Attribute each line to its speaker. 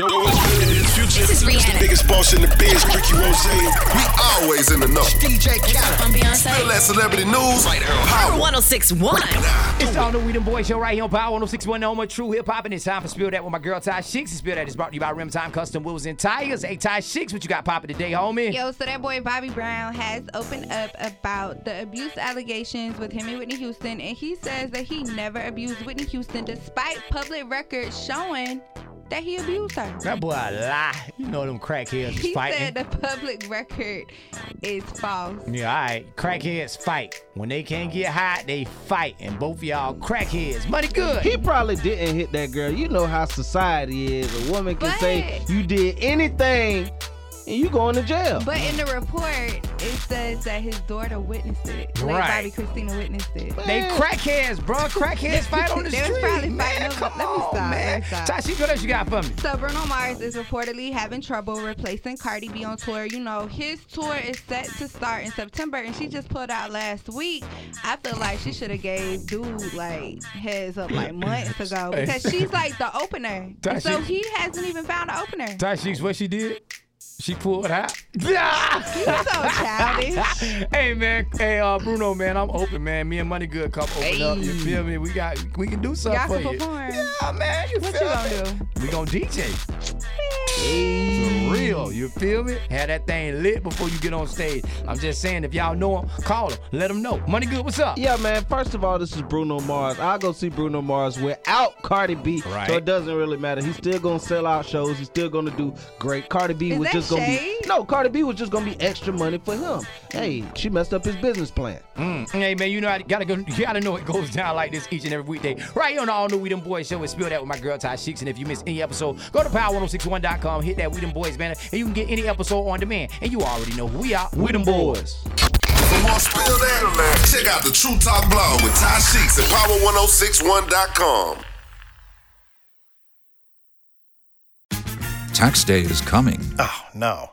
Speaker 1: Yo, yo, what's good? It's Future.
Speaker 2: This is
Speaker 1: It's the
Speaker 2: Rihanna.
Speaker 1: biggest boss in the biz, Ricky Rose. We always in the know.
Speaker 2: DJ Khaled. I'm Beyonce.
Speaker 1: That celebrity news. Power.
Speaker 2: 1061.
Speaker 3: It's the All New Weedham Boy Show right here on Power 1061 Home of True Hip Hop. And it's time for Spill That with my girl Ty Shicks. And Spill That is brought to you by Rim Time Custom Wheels and Tires. Hey, Ty Shicks, what you got popping today, homie?
Speaker 4: Yo, so that boy Bobby Brown has opened up about the abuse allegations with him and Whitney Houston, and he says that he never abused Whitney Houston despite public records showing that he abused her.
Speaker 3: That boy a lie. You know them crackheads is
Speaker 4: He
Speaker 3: fighting.
Speaker 4: said the public record is false.
Speaker 3: Yeah, all right. Crackheads fight. When they can't get hot, they fight. And both of y'all crackheads. Money good.
Speaker 5: He probably didn't hit that girl. You know how society is. A woman can
Speaker 4: But-
Speaker 5: say you did anything and you going to jail.
Speaker 4: But in the report, it says that his daughter witnessed it. Late
Speaker 3: Right.
Speaker 4: Bobby Christina witnessed it.
Speaker 3: They crackheads, bro. Crackheads fight on the
Speaker 4: Mm. They was
Speaker 3: street.
Speaker 4: probably
Speaker 3: man.
Speaker 4: fighting over-
Speaker 3: Come
Speaker 4: let me
Speaker 3: on,
Speaker 4: stop,
Speaker 3: man.
Speaker 4: let me stop.
Speaker 3: Ty Shicks, what else you got for me?
Speaker 4: So Bruno Mars is reportedly having trouble replacing Cardi B on tour. You know, his tour is set to start in September, and she just pulled out last week. I feel like she should have gave dude like heads up like months ago because she's like the opener.
Speaker 3: Tashi-
Speaker 4: So he hasn't even found the opener.
Speaker 3: Ty Shicks, what she did? She pulled out. Yeah.
Speaker 4: You're so childish.
Speaker 3: hey man, hey uh, Bruno man, I'm open man. Me and Money Good come open up. You feel me? We got we can do something
Speaker 4: Y'all
Speaker 3: for
Speaker 4: can
Speaker 3: you.
Speaker 4: perform.
Speaker 3: Yeah man, you
Speaker 4: What
Speaker 3: feel
Speaker 4: you gonna
Speaker 3: me? We gonna DJ. For real, you feel me? Have that thing lit before you get on stage. I'm just saying, if y'all know him, call him, let him know. Money Good, what's up?
Speaker 5: Yeah, man. First of all, this is Bruno Mars. I'll go see Bruno Mars without Cardi B.
Speaker 3: Right.
Speaker 5: So it doesn't really matter. He's still gonna sell out shows. He's still gonna do great. Cardi B
Speaker 4: Is
Speaker 5: was
Speaker 4: that
Speaker 5: just gonna
Speaker 4: shade?
Speaker 5: be No, Cardi B was just gonna be extra money for him. Hey, she messed up his business plan.
Speaker 3: Mm, Hey man, you know I gotta go. You gotta know it goes down like this each and every weekday, right here on the All New We Them Boys Show. And spill that with my girl Ty Sheeks. And if you miss any episode, go to power1061.com, hit that We Them Boys banner, and you can get any episode on demand. And you already know who we are. We Them Boys.
Speaker 2: oh
Speaker 1: For more spill that, check out the True Talk blog with Ty Sheeks at power1061.com.
Speaker 6: Tax day is coming.
Speaker 7: Oh, no.